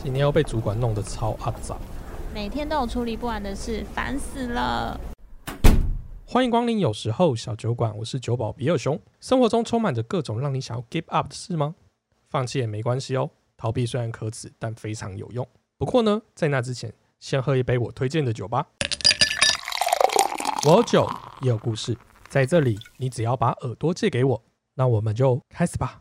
今天又被主管弄得超阿杂。每天都有处理不完的事，烦死了。欢迎光临，有时候小酒馆，我是酒保比尔熊。生活中充满着各种让你想要 give up 的事吗？放弃也没关系哦，逃避虽然可耻，但非常有用。不过呢，在那之前，先喝一杯我推荐的酒吧。我有酒，也有故事，在这里，你只要把耳朵借给我，那我们就开始吧。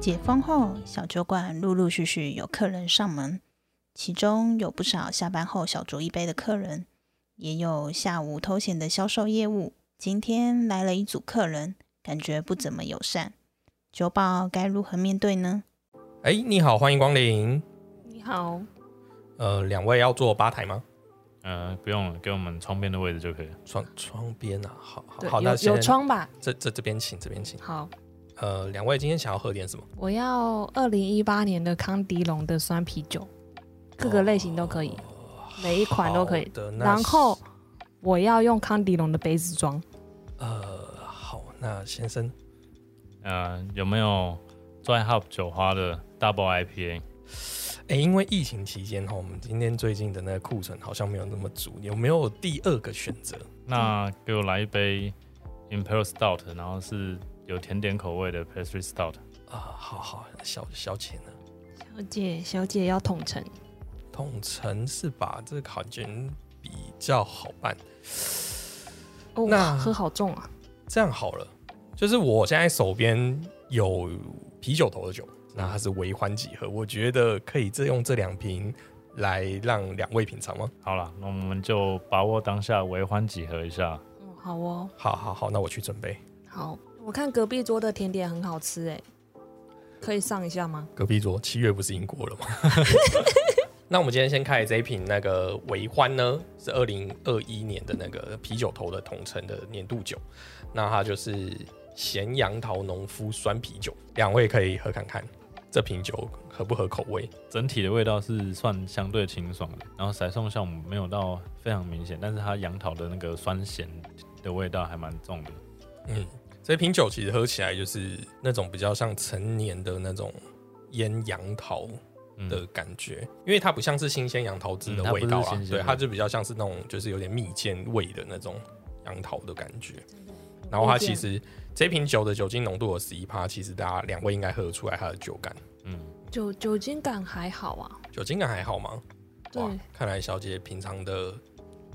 解封后，小酒馆陆陆续续有客人上门，其中有不少下班后小酌一杯的客人，也有下午偷闲的销售业务。今天来了一组客人，感觉不怎么友善，酒保该如何面对呢？哎，你好，欢迎光临。你好，呃，两位要坐吧台吗？呃，不用了，给我们窗边的位置就可以了。窗窗边啊，好好对好，，那有先有窗吧？这这这边请，这边请。好，呃，两位今天想要喝点什么？我要二零一八年的康迪龙的酸啤酒，各个类型都可以，每一款都可以好。的，那然后我要用康迪龙的杯子装，呃，好，那先生，呃，有没有 Dry Hop 酒花的 Double IPA？哎，因为疫情期间哈，我们今天最近的那个库存好像没有那么足，有没有第二个选择？那给我来一杯 Imperial Stout，然后是有甜点口味的 Pastry Stout。啊、好好，小小姐呢？小姐，小姐要统称。统称是吧？这个好像比较好办。哦，那喝好重啊！这样好了，就是我现在手边有啤酒头的酒，那它是微欢几何，我觉得可以这用这两瓶来让两位品尝吗？好了，那我们就把握当下，为欢几何一下。嗯，好哦，好好好，那我去准备。好。我看隔壁桌的甜点很好吃，哎，可以上一下吗？隔壁桌七月不是已经过了吗？ 那我们今天先开的这一瓶那个维欢呢，是二零二一年的那个啤酒头的同城的年度酒，那它就是咸杨桃农夫酸啤酒，两位可以喝看看这瓶酒合不合口味。整体的味道是算相对清爽的，然后甩送酵母没有到非常明显，但是它杨桃的那个酸咸的味道还蛮重的。嗯，这瓶酒其实喝起来就是那种比较像成年的那种腌杨桃嗯，的感觉，因为它不像是新鲜杨桃汁的嗯它味道不是啊新，鲜对，的它就比较像是那种就是有点蜜饯味的那种杨桃的感觉。然后蜜它饯其实这瓶酒的酒精浓度有十一趴，其实大家两位应该喝得出来它的酒感，嗯，酒酒精感还好啊。酒精感还好吗？对，看来小姐平常的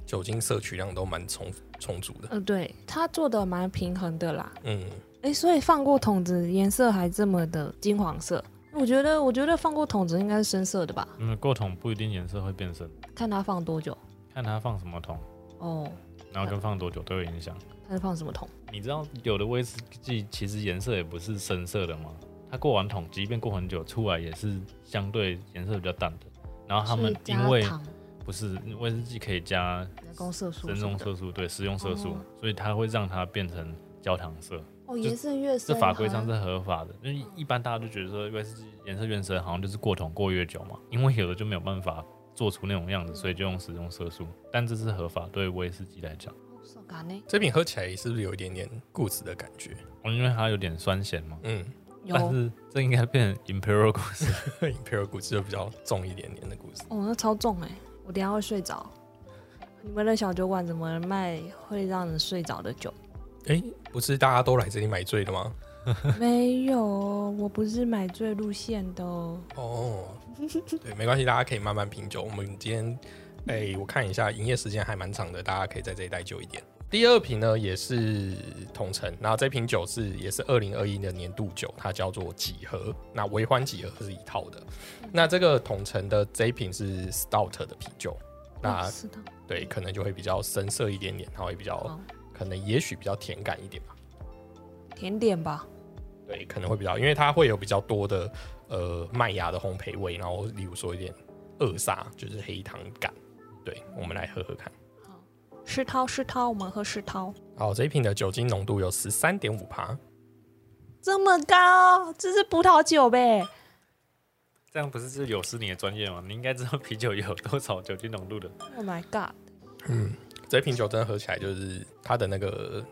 酒精摄取量都蛮充充足的。呃，对，它做的蛮平衡的啦。嗯，哎、所以放过桶子颜色还这么的金黄色，我觉得，我觉得放过桶子应该是深色的吧？那么嗯过桶不一定颜色会变深，看它放多久看它放什么桶，哦，然后跟放多久都有影响。看放什么桶。你知道有的威士忌其实颜色也不是深色的吗？它过完桶，即便过很久，出来也是相对颜色比较淡的。然啊后他们是加因为糖、不是威士忌可以加人工色素人什么工的色素，对，食用色素，哦所以它会让它变成焦糖色。哦，颜色越这深，法规上好是像合法的，因为一般大家都觉得说威士忌颜色越深，好像就是过桶过越久嘛，因为有的就没有办法做出那种样子，所以就用食用色素。但这是合法，对威士忌来讲，手感呢这瓶喝起来是不是有一点点固执的感觉？哦因为它有点酸咸嘛。嗯 有但是这应该变成 imperial 故事， ，Imperial 故事就比较重一点点的故事。哦，那超重哎、我等一下会睡着。你们的小酒馆怎么卖会让人睡着的 酒？哎、不是大家都来这里买醉的吗？没有，我不是买醉路线的哦。哦，对，没关系，大家可以慢慢品酒。我们今天，哎、我看一下营业时间还蛮长的，大家可以在这里待久一点。第二瓶呢也是同城，那这瓶酒是也是二零二一的年度酒，它叫做几何。那微欢几何是一套的，那这个同城的这一瓶是 Stout 的啤酒，那哦是的，对可能就会比较深色一点点，然后也比较哦好可能也许比较甜感一点吧。甜点吧。对，可能会比较，因为它会有比较多的呃麦芽的烘焙味，然后例如说一点扼杀，就是黑糖感。对，我们来喝喝看。世涛，世涛，我们喝世涛，好，这一瓶的酒精浓度有十三点五趴，这么高，这是葡萄酒呗？这样不是就有失你的专业吗？你应该知道啤酒有多少酒精浓度的。 Oh my god！嗯，这瓶酒真的喝起来就是它的那个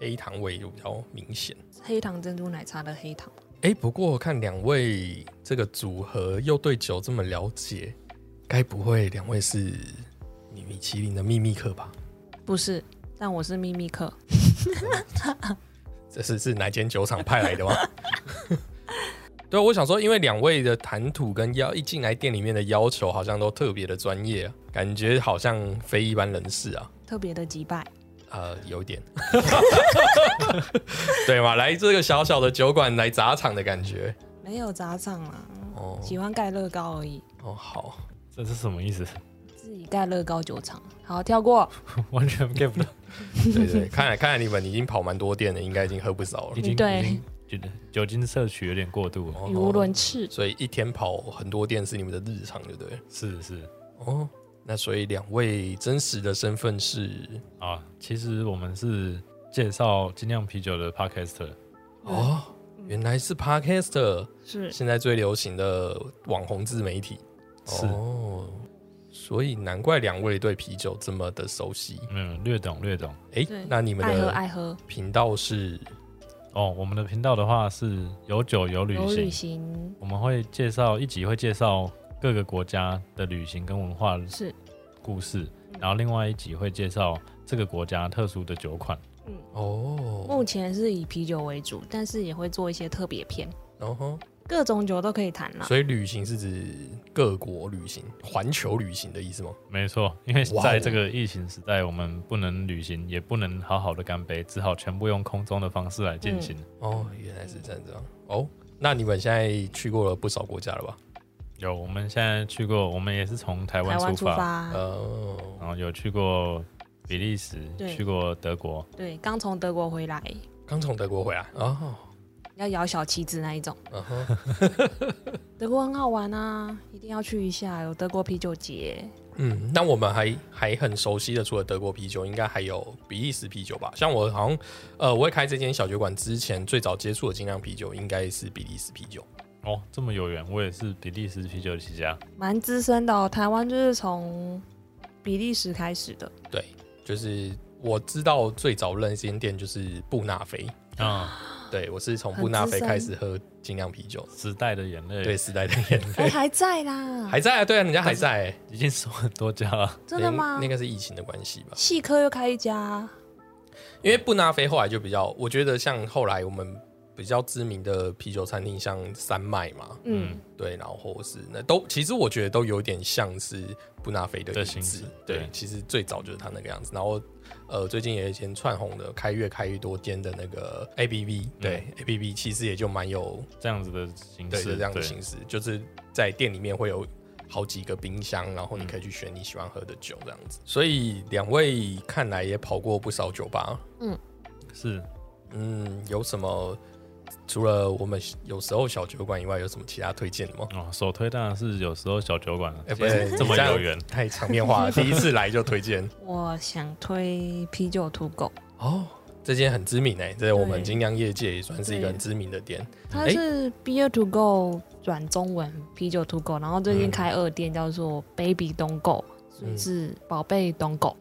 黑糖味就比较明显。黑糖珍珠奶茶的黑糖，哎、不过看两位这个组合又对酒这么了解，该不会两位是米其林的秘密客吧？不是，但我是秘密客，这是是哪间酒厂派来 的吗？对，啊我想说，因为两位的谈吐跟要一进来店里面的要求好像都特别的专业啊，感觉好像非一般人士啊。特别的击败。呃，有 点，对嘛？来这个小小的酒馆来砸场的感觉。没有砸场啦，哦喜欢盖乐高而已，哦，好，这是什么意思？ 自己盖乐高酒厂。好，跳过。完全 get 不到，对对，看来看来你们已经跑蛮多店了，应该已经喝不少了哦已。经对已经觉得酒精摄取有点过度了。嗯语无伦次，所以一天跑很多店是你们的日常，对不对了？是是哦，那所以两位真实的身份是啊，其实我们是介绍精酿啤酒的 podcaster，哦，原来是 Podcaster，是现在最流行的网红自媒体。是哦，所以难怪两位对啤酒这么的熟悉。嗯，略懂略懂。哎对，那你们爱喝的爱喝，频道是哦，我们的频道的话是有酒有旅有行旅，行我们会介绍一集会介绍各个国家的旅行跟文化是故事，然后另外一集会介绍这个国家特殊的酒款。哦目，前是以啤酒为主，但是也会做一些特别篇，然后各种酒都可以谈啦。嗯所以旅行是指各国旅行、环球旅行的意思吗？没错，因为哇哦在这个疫情时代，我们不能旅行，也不能好好的干杯，只好全部用空中的方式来进行。哦，原来是这样这样。哦，那你们现在去过了不少国家了吧？有，我们现在去过，我们也是从台台湾湾出出发，发，哦，然后有去过比利时，对去过德国，对，刚从德国回来，刚从德国回来哦，要摇小旗子那一种。嗯哼 德国很好玩啊，一定要去一下，有德国啤酒节。嗯，那我们还还很熟悉的，除了德国啤酒，应该还有比利时啤酒吧？像我好像，呃，我会开这间小酒馆之前，最早接触的精酿啤酒应该是比利时啤酒。哦，这么有缘，我也是比利时啤酒起家。蛮资深的、哦，台湾就是从比利时开始的，对，就是我知道最早认识一间店就是布纳菲，啊、对我是从哦很布纳菲资深开始喝精酿啤酒的，时代的眼泪，对，，时代的眼哎、泪。还在啦，还在啊，对啊，人家还在、欸，已经收很多家了。真的吗那？应该是疫情的关系吧？细科又开一家，因为布纳菲后来就比较，我觉得像后来我们比较知名的啤酒餐厅，像三麦嘛，嗯，对，然后或是那都，其实我觉得都有点像是布纳菲的的影形子式。对，对其实最早就是他那个样子。然后呃，最近也有一间串红的，开越开越多间的那个 A B B，对、A B B 其实也就蛮有这样子的嗯形对式，就这样的对形式，就是在店里面会有。好几个冰箱，然后你可以嗯去选你喜欢喝的酒，这样子。所以两位看来也跑过不少酒吧，是嗯，有什么除了我们有时候小酒馆以外，有什么其他推荐的吗？哦，首推当然是有时候小酒馆了，哎既然不是这么你这样有缘，太场面化了， 第一次来就推荐我想推啤酒土狗，哦。这间很知名哎、在我们对精酿业界也算是一个很知名的店。它是哎 Beer to Go 转中文啤酒土狗，然后最近嗯开二店叫做 Baby 东狗，所以嗯是宝贝东狗，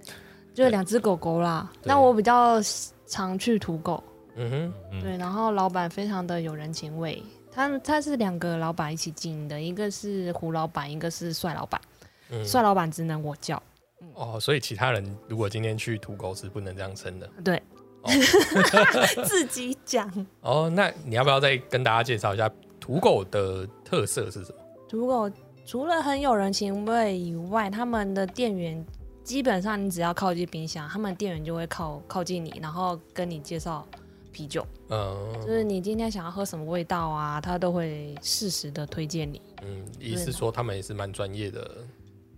就是两只狗狗啦。对那我比较常去土狗，嗯哼，嗯，对，然后老板非常的有人情味。他们他是两个老板一起经营的，一个是胡老板，一个是帅老板。嗯，帅老板只能我叫，哦，所以其他人如果今天去土狗是不能这样称的对，哦 自己讲。哦。那你要不要再跟大家介绍一下土狗的特色是什么？如果除了很有人情味以外，他们的店员基本上你只要靠近冰箱，他们店员就会靠靠近你，然后跟你介绍啤酒，就嗯是你今天想要喝什么味道啊，他都会适时的推荐你。嗯，意思说他们也是蛮专业的。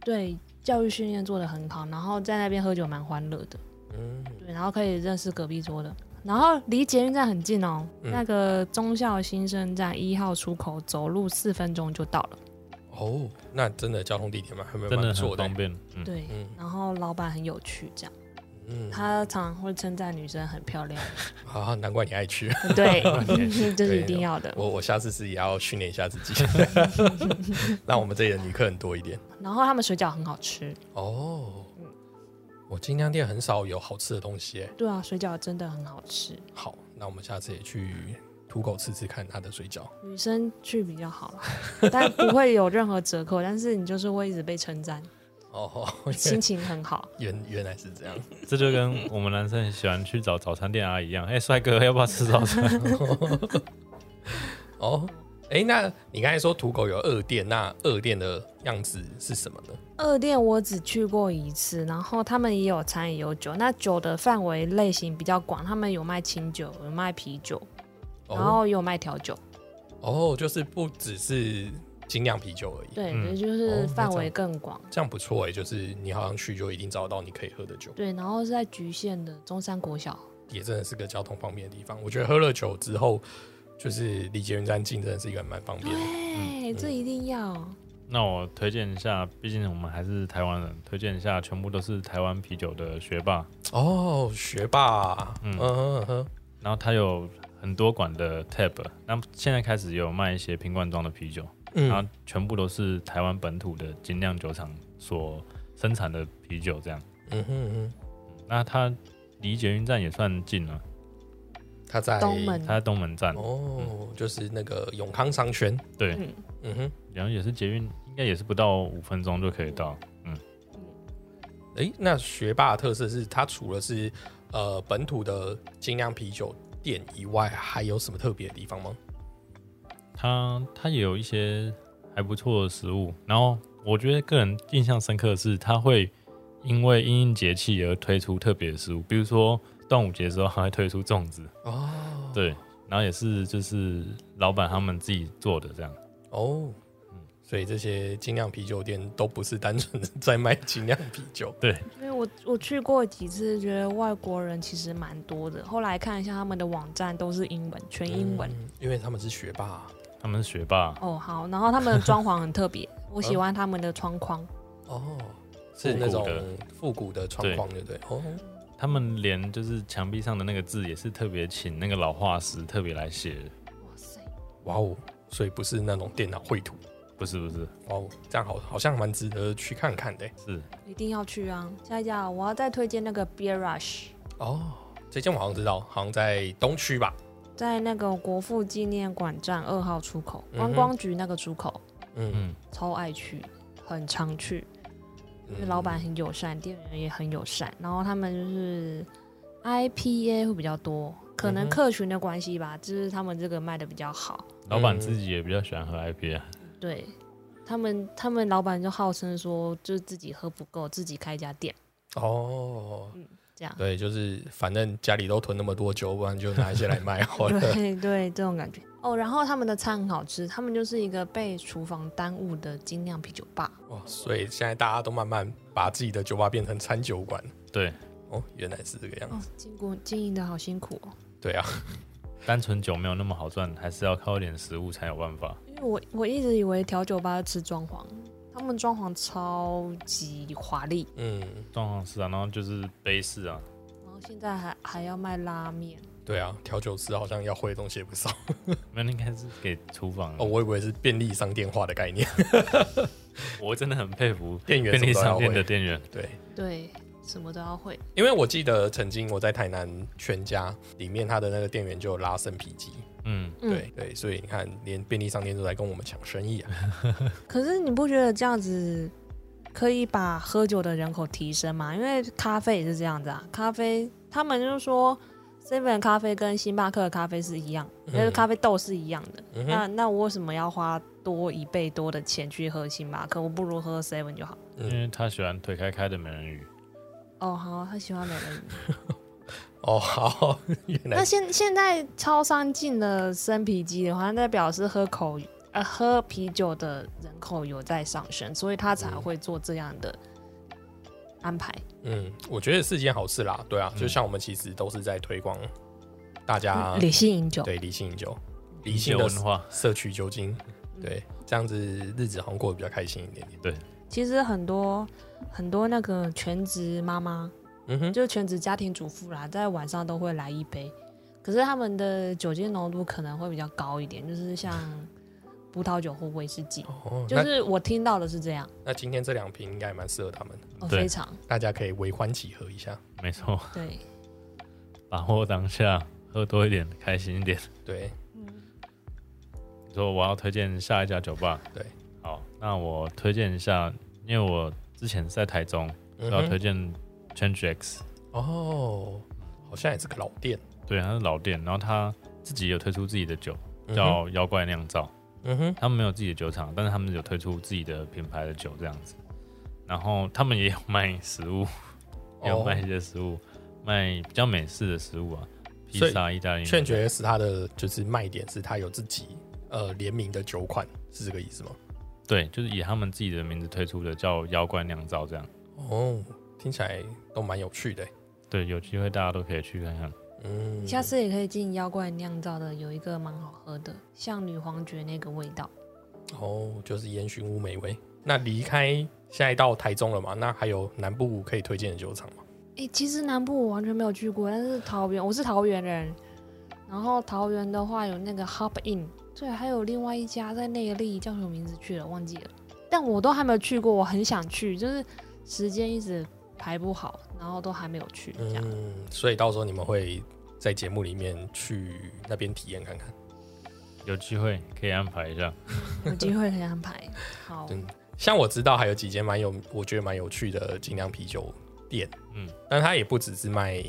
对，教育训练做得很好，然后在那边喝酒蛮欢乐的。嗯，对，然后可以认识隔壁桌的，然后离捷运站很近哦，嗯那个忠孝新生站一号出口走路四分钟就到了。哦，那真的交通地点蛮还蛮真的蛮不很错的方欸。便，嗯，对，嗯然后老板很有趣，这样嗯，他常会称赞女生很 漂亮，啊，难怪你爱去。 对， 这是一定要的。我我下次是也要训练一下自 己， 让我们这里的女客人多一点。然后他们水饺很好吃，哦，我精酿店很少有好吃的东西耶。对啊，水饺真的很好吃，好，那我们下次也去土狗吃吃看它的水饺。女生去比较好 啦，但不会有任何折扣，但是你就是会一直被 称赞，哦，心情很好。 原原来是这样。这就跟我们男生很喜欢去找早餐店阿姨一样，哎、帅哥，要不要吃早餐？ 哦，哎、那你刚才说土狗有二店，那二店的样子是什么呢？二店我只去过一次，然后他们也有餐也有酒，那酒的范围类型比较广，他们有卖清酒，有卖啤酒，然哦后有卖调酒，哦，就是不只是精酿啤酒而已。对，嗯就是哦范那这围样更广。这样不错哎、就是你好像去就一定找到你可以喝的酒，对，然后是在局县的中山国小，也真的是个交通方便的地方。我觉得喝了酒之后，就是离捷运站近，真的是一个蛮方便的。对，这一定要。那我推荐一下，毕竟我们还是台湾人，推荐一下，全部都是台湾啤酒的学霸。哦，学霸，嗯嗯嗯嗯，然后它有很多馆的 tab，那现在开始有卖一些瓶罐装的啤酒，然嗯后全部都是台湾本土的精酿酒厂所生产的啤酒，这样。嗯哼嗯那它离捷运站也算近了，哼，哎他在东门它在东门站，哦，就是那个永康商圈，对，嗯，嗯哼，然后也是捷运，应该也是不到五分钟就可以到。诶，那学霸的特色是它除了是呃本土的精酿啤酒店以外，还有什么特别的地方吗？它它也有一些还不错的食物，然后我觉得个人印象深刻的是，它会因为因应节气而推出特别的食物，比如说端午节的时候，还会推出粽子，哦，对，然后也是就是老板他们自己做的这样。哦，所以这些精酿啤酒店都不是单纯的在卖精酿啤酒，因为我我去过几次，觉得外国人其实蛮多的。后来看一下他们的网站都是英文，全英文。嗯因为他们是学霸他们是学霸，哦，好，然后他们的装潢很特 别，我嗯喜欢他们的窗框。哦，是复古那种的复古的窗框，对不对？哦，他们连就是墙壁上的那个字也是特别请那个老画师特别来写的，哇塞，哇哦，所以不是那种电脑绘图，不是不是哇哦，这样好好像蛮值得去看看的。是一定要去啊！下一家我要再推荐那个 Beer Rush，哦，这间我好像知道，好像在东区吧？在那个国父纪念馆站二号出口嗯哼观光局那个出口，嗯，嗯，超爱去，很常去。因为嗯老板很友善，店员也很友善，然后他们就是 IPA 会比较多，可嗯能哼客群的关系吧，就是他们这个卖的比较好。老板自己也比较喜欢喝啊 IPA，对他们，他们老板就号称说，就是自己喝不够，自己开一家店哦，这样。对，就是反正家里都囤那么多酒，不然就拿一些来卖好了。 对对，这种感觉哦。然后他们的餐很好吃，他们就是一个被厨房耽误的精酿啤酒吧。哇，所以现在大家都慢慢把自己的酒吧变成餐酒馆。对，哦，原来是这个样子。哦，经过经营的好辛苦哦。对啊，单纯酒没有那么好赚，还是要靠一点食物才有办法。因为我我一直以为调酒吧吃装潢，他们装潢超级华丽，嗯，状况是啊，然后就是杯式啊，然后现在还还要卖拉面，对啊，调酒师好像要会的东西也不少。没有那应该是给厨房啊哦，我以为是便利商店化的概念，我真的很佩服店员便利什么都要商店会的店员，对。对，什么都要会。因为我记得曾经我在台南全家里面，他的那个店员就有拉生啤机，嗯，嗯对对，所以你看，连便利商店都来跟我们抢生意啊。可是你不觉得这样子可以把喝酒的人口提升吗？因为咖啡也是这样子啊，咖啡他们就说 Seven 咖啡跟星巴克的咖啡是一样，嗯那、是咖啡豆是一样的。嗯那哼，那我为什么要花多一倍多的钱去喝星巴克？我不如喝 Seven 就好。因嗯，为他喜欢腿开开的美人鱼，哦，好，他喜欢美人鱼。哦，好， 原那来现现在超商进了生啤机的话，那表示喝口呃喝啤酒的人口有在上升，所以他才嗯会做这样的安排。嗯，我觉得是件好事啦，对嗯啊，就像我们其实都是在推广大家理性饮酒，啊对理性饮酒、理啤性酒的文化，摄取酒精，嗯对，这样子日子好像过得比较开心一点点。其实很多很多那个全职妈妈，嗯哼，就是全职家庭主妇啦，在晚上都会来一杯，可是他们的酒精浓度可能会比较高一点，就是像葡萄酒或威士忌。哦，就那是我听到的是这样，那今天这两瓶应该蛮适合他们的，哦，对非常大家可以为欢几何一下。没错，对，把握当下，喝多一点，开心一点。对，你说我要推荐下一家酒吧，对，好，那我推荐一下，因为我之前是在台中，嗯要哼啊推荐 Change X，哦，好像也是个老店，对，它是老店，然后它自己有推出自己的酒，嗯哼叫妖怪酿造。嗯哼，他们没有自己的酒厂，但是他们有推出自己的品牌的酒这样子。然后他们也有卖食 物，哦也有卖一些食物，卖比较美式的食物啊，披所以萨、意大利面。劝爵是它的就是卖点是它有自己呃联名的酒款，是这个意思吗？对，就是以他们自己的名字推出的叫妖怪酿造这样。哦，听起来都蛮有趣的欸。对，有机会大家都可以去看看。嗯，下次也可以进妖怪酿造的，有一个蛮好喝的，像女皇蕨那个味道。哦，就是烟熏乌梅味。那离开现在到台中了嘛？那还有南部可以推荐的酒厂吗？诶，其实南部我完全没有去过，但是桃园我是桃园人，然后桃园的话有那个 Hop In，对，还有另外一家在内力叫什么名字去了忘记了，但我都还没有去过，我很想去，就是时间一直排不好，然后都还没有去这样。嗯，所以到时候你们会在节目里面去那边体验看看。有机会可以安排一下。有机会可以安排。哦好，对像我知道还有几间蛮有，我觉得蛮有趣的精酿啤酒店，嗯嗯，但它也不只是卖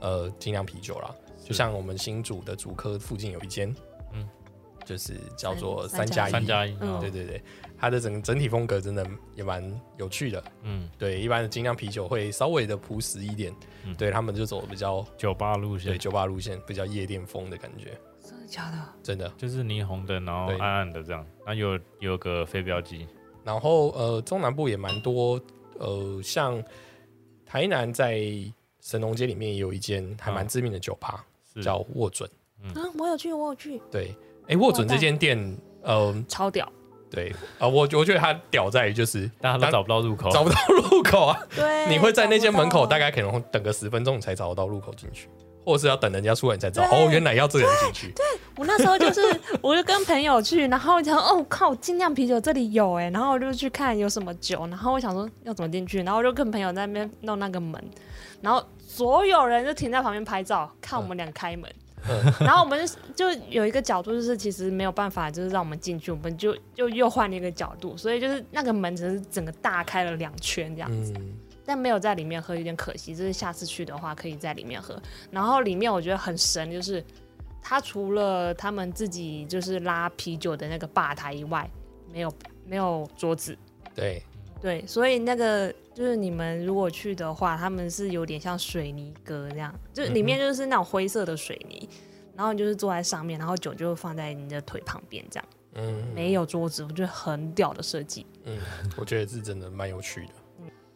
呃精酿啤酒啦，是就像我们新竹的竹科附近有一间，嗯嗯，就是叫做三三加一，三加一，嗯啊哎对对对，它的整整体风格真的也蛮有趣的。嗯，对，一般的精酿啤酒会稍微的朴实一点，嗯对他们就走比较酒吧路对线酒吧路线，比较夜店风的感觉，真的啊假的？ 真的。就是霓虹灯，然后对暗暗的这样，那有有个飞镖机，然后呃，中南部也蛮多，呃，像台南在神农街里面也有一间还蛮知名的酒吧，是叫握准。啊，我有去，我有去，对，哎，握准这间店，呃，超屌。对啊、我我觉得它屌在于就是大家当都找不到入口，找不到入口啊， 对你会在那间门口大概可能等个十分钟你才找得到入口进去，或者是要等人家出来你才知道对哦，原来要这个人进去。我那时候就是，我就跟朋友去，然后我想，哦靠，精酿啤酒这里有哎、然后我就去看有什么酒，然后我想说要怎么进去，然后我就跟朋友在那边弄那个门，然后所有人就停在旁边拍照，看我们俩开门。嗯然后我们就就有一个角度，就是其实没有办法，就是让我们进去，我们就就又换了一个角度，所以就是那个门只是整个大开了两圈这样子。嗯，但没有在里面喝有点可惜，就是下次去的话可以在里面喝。然后里面我觉得很神，就是它除了他们自己就是拉啤酒的那个吧台以外，没有没有桌子，对，对，所以那个就是你们如果去的话，他们是有点像水泥格这样，就是里嗯面就是那种灰色的水泥。然后你就是坐在上面，然后酒就放在你的腿旁边，这样嗯，没有桌子，我觉得很屌的设计。我觉得是真的蛮有趣的。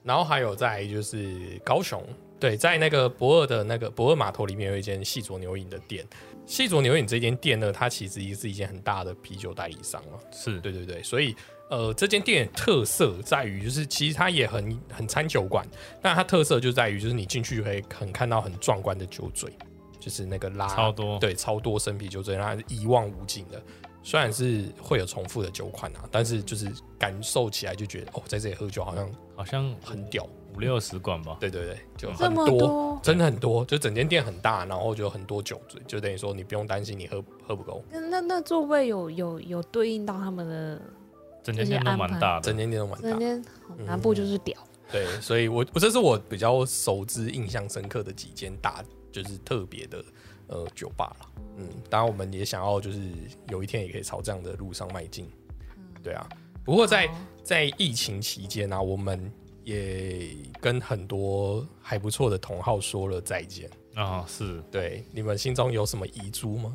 然后还有在就是高雄，对，在那个博尔的那个博尔码头里面有一间细卓牛饮的店。细卓牛饮这间店呢，它其实也是一间很大的啤酒代理商了。是对对对，所以呃，这间店的特色在于就是其实它也很很餐酒馆，但它特色就在于就是你进去就可以很看到很壮观的酒嘴，就是那个拉超多，对，超多生啤酒醉，然后它是一望无尽的。虽然是会有重复的酒款啊，但是就是感受起来就觉得哦，在这里喝酒好像好像很屌。五六十管吧，对对对，就这很么多，真的很多，就整间店很大，然后就有很多酒醉，就等于说你不用担心你喝喝不够，那那那座位有有有对应到他们的整间店都蛮大的整，间店都蛮那大。边好南部就是屌，对，所以我我这是我比较熟知、印象深刻的几间大就是特别的呃酒吧啦。嗯，当然我们也想要就是有一天也可以朝这样的路上迈进。嗯对啊，不过在好在疫情期间呢、啊，我们也跟很多还不错的同好说了再见。啊、是对，你们心中有什么遗珠吗？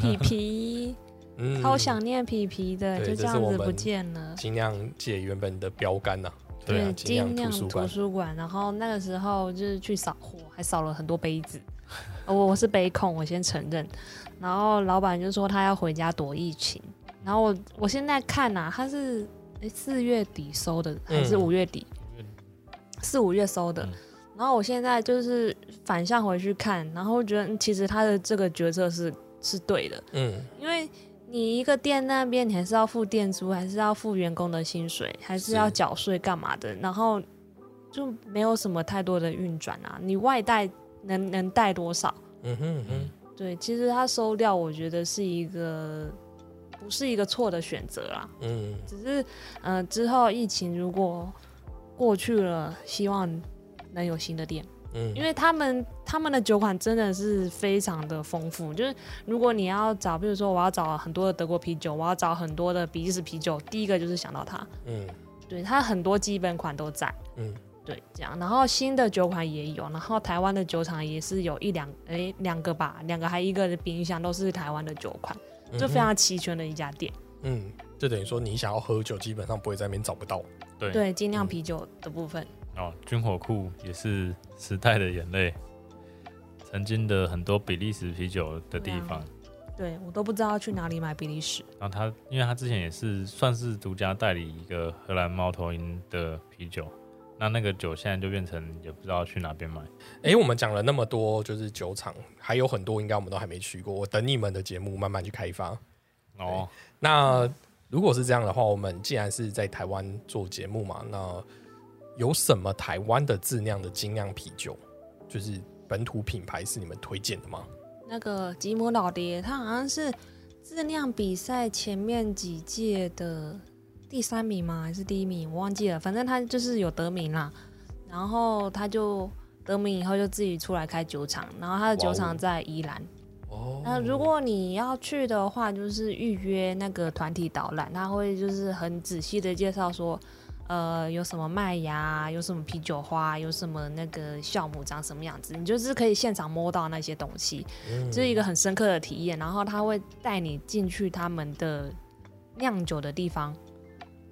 皮皮， 嗯超想念皮皮的，对就这是样我子们不见了。尽量借原本的标杆呐、对啊啊，尽量尽量图书图馆书馆，然后那个时候就是去扫货，还扫了很多杯子。 我我是杯控，我先承认。然后老板就说他要回家躲疫情。然后我我现在看呐、他是诶四月底收的还是嗯五月底？四五月收的嗯。然后我现在就是反向回去看，然后觉得嗯其实他的这个决策是是对的，嗯，因为你一个店那边，你还是要付店租，还是要付员工的薪水，还是是要缴税干嘛的，然后就没有什么太多的运转啊。你外带能能带多少？嗯哼嗯哼，对，其实他收掉，我觉得是一个不是一个错的选择啦。嗯，只是，呃，之后疫情如果过去了，希望能有新的店。嗯，因为他们他们的酒款真的是非常的丰富，就是如果你要找，比如说我要找很多的德国啤酒，我要找很多的比利时啤酒，第一个就是想到它，嗯对它很多基本款都在，嗯对，这样，然后新的酒款也有，然后台湾的酒厂也是有一两诶两个吧，两个还一个的冰箱都是台湾的酒款，就非常齐全的一家店，嗯，就等于说你想要喝酒，基本上不会在那边找不到。对对，精酿啤酒的部分，哦，军火库也是时代的眼泪，曾经的很多比利时啤酒的地方，对我都不知道去哪里买比利时，然后他因为他之前也是算是独家代理一个荷兰猫头鹰的啤酒，那那个酒现在就变成也不知道去哪边买，哎、我们讲了那么多，就是酒厂，还有很多应该我们都还没去过。我等你们的节目慢慢去开发。哦，那如果是这样的话，我们既然是在台湾做节目嘛，那有什么台湾的自酿的精酿啤酒，就是本土品牌是你们推荐的吗？那个吉姆老爹，他好像是质量比赛前面几届的第三名吗？还是第一名？我忘记了，反正他就是有得名啦。然后他就得名以后就自己出来开酒厂，然后他的酒哇厂哦在宜兰。哦那呃如果你要去的话，就是预约那个团体导览，他会就是很仔细的介绍说，呃，有什么麦芽，有什么啤酒花，有什么那个酵母长什么样子，你就是可以现场摸到那些东西，嗯这是一个很深刻的体验。然后他会带你进去他们的酿酒的地方，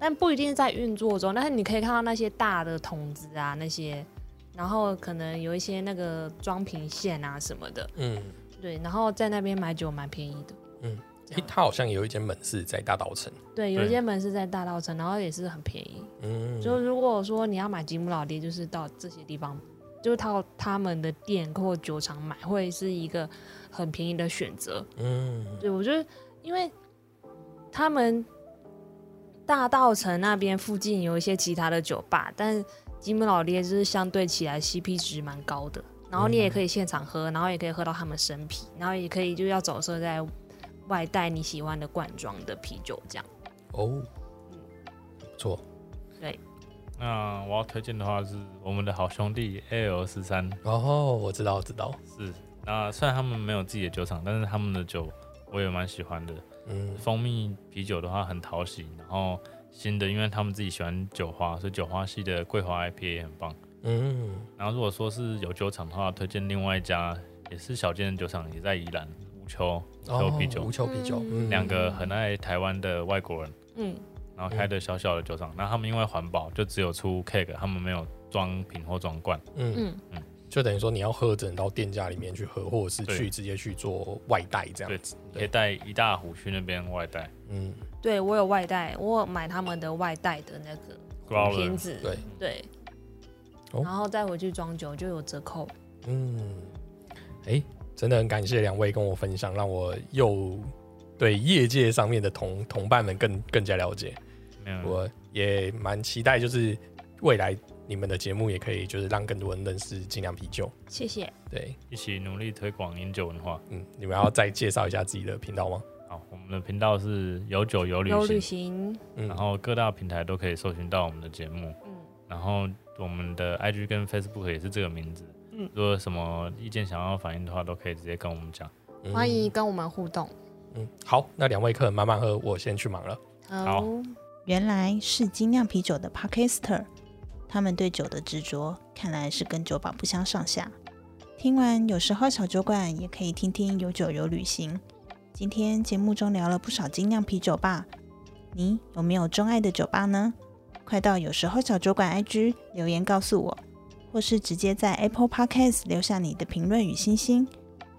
但不一定在运作中，但是你可以看到那些大的桶子啊那些，然后可能有一些那个装瓶线啊什么的。嗯，对，然后在那边买酒蛮便宜的。嗯这诶样，它好像有一间门市在大稻城。对，有一对些门是在大稻城，然后也是很便宜。嗯，就如果说你要买吉姆老爹，就是到这些地方，就是到他们的店或酒厂买，会是一个很便宜的选择。嗯对我觉得，因为他们大稻城那边附近有一些其他的酒吧，但吉姆老爹就是相对起来 CP 值蛮高的。然后你也可以现场喝，然后也可以喝到他们生啤，然后也可以就要走色在外带你喜欢的罐装的啤酒这样。哦，不错，那我要推荐的话是我们的好兄弟 AL 十三，哦，我知道，我知道，是那虽然他们没有自己的酒厂，但是他们的酒我也蛮喜欢的，嗯蜂蜜啤酒的话很讨喜，然后新的因为他们自己喜欢酒花，所以酒花系的桂花 IPA 也很棒。嗯然后如果说是有酒厂的话，推荐另外一家也是小间的酒厂，也在宜兰乌丘乌丘哦，啤酒无，球啤酒，嗯嗯，两、个很爱台湾的外国人，嗯，然后开的小小的酒厂，那、他们因为环保就只有出 cake，他们没有装瓶或装罐，嗯，嗯，就等于说你要喝，只能到店家里面去喝，或者是对去直接去做外带这样子，你可以带一大壶去那边外带。嗯，对我有外带，我有买他们的外带的那个 Growler 瓶子，对，对哦然后再回去装酒就有折扣。嗯，哎、真的很感谢两位跟我分享，让我又对业界上面的同同伴们更更加了解。没有，我也蛮期待，就是未来你们的节目也可以，就是让更多人认识精酿啤酒。谢谢，对，一起努力推广饮酒文化。嗯，你们要再介绍一下自己的频道吗？好，我们的频道是有酒有旅有行旅，行，嗯，然后各大平台都可以搜寻到我们的节目。嗯，然后我们的 IG 跟 Facebook 也是这个名字。嗯如果有什么意见想要反映的话，都可以直接跟我们讲。嗯欢迎。跟我们互动。嗯，好，那两位客人慢慢喝，我先去忙了。好原来是精酿啤酒的 Podcaster，他们对酒的执着看来是跟酒保不相上下。听完有时候小酒馆也可以听听有酒有旅行。今天节目中聊了不少精酿啤酒吧，你有没有钟爱的酒吧呢？快到有时候小酒馆 IG 留言告诉我，或是直接在 Apple Podcast 留下你的评论与星星。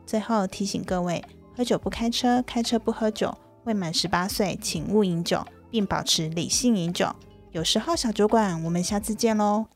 最后提醒各位，喝酒不开车，开车不喝酒。未满十八岁，请勿饮酒，并保持理性饮酒。有时候小酒馆，我们下次见喽，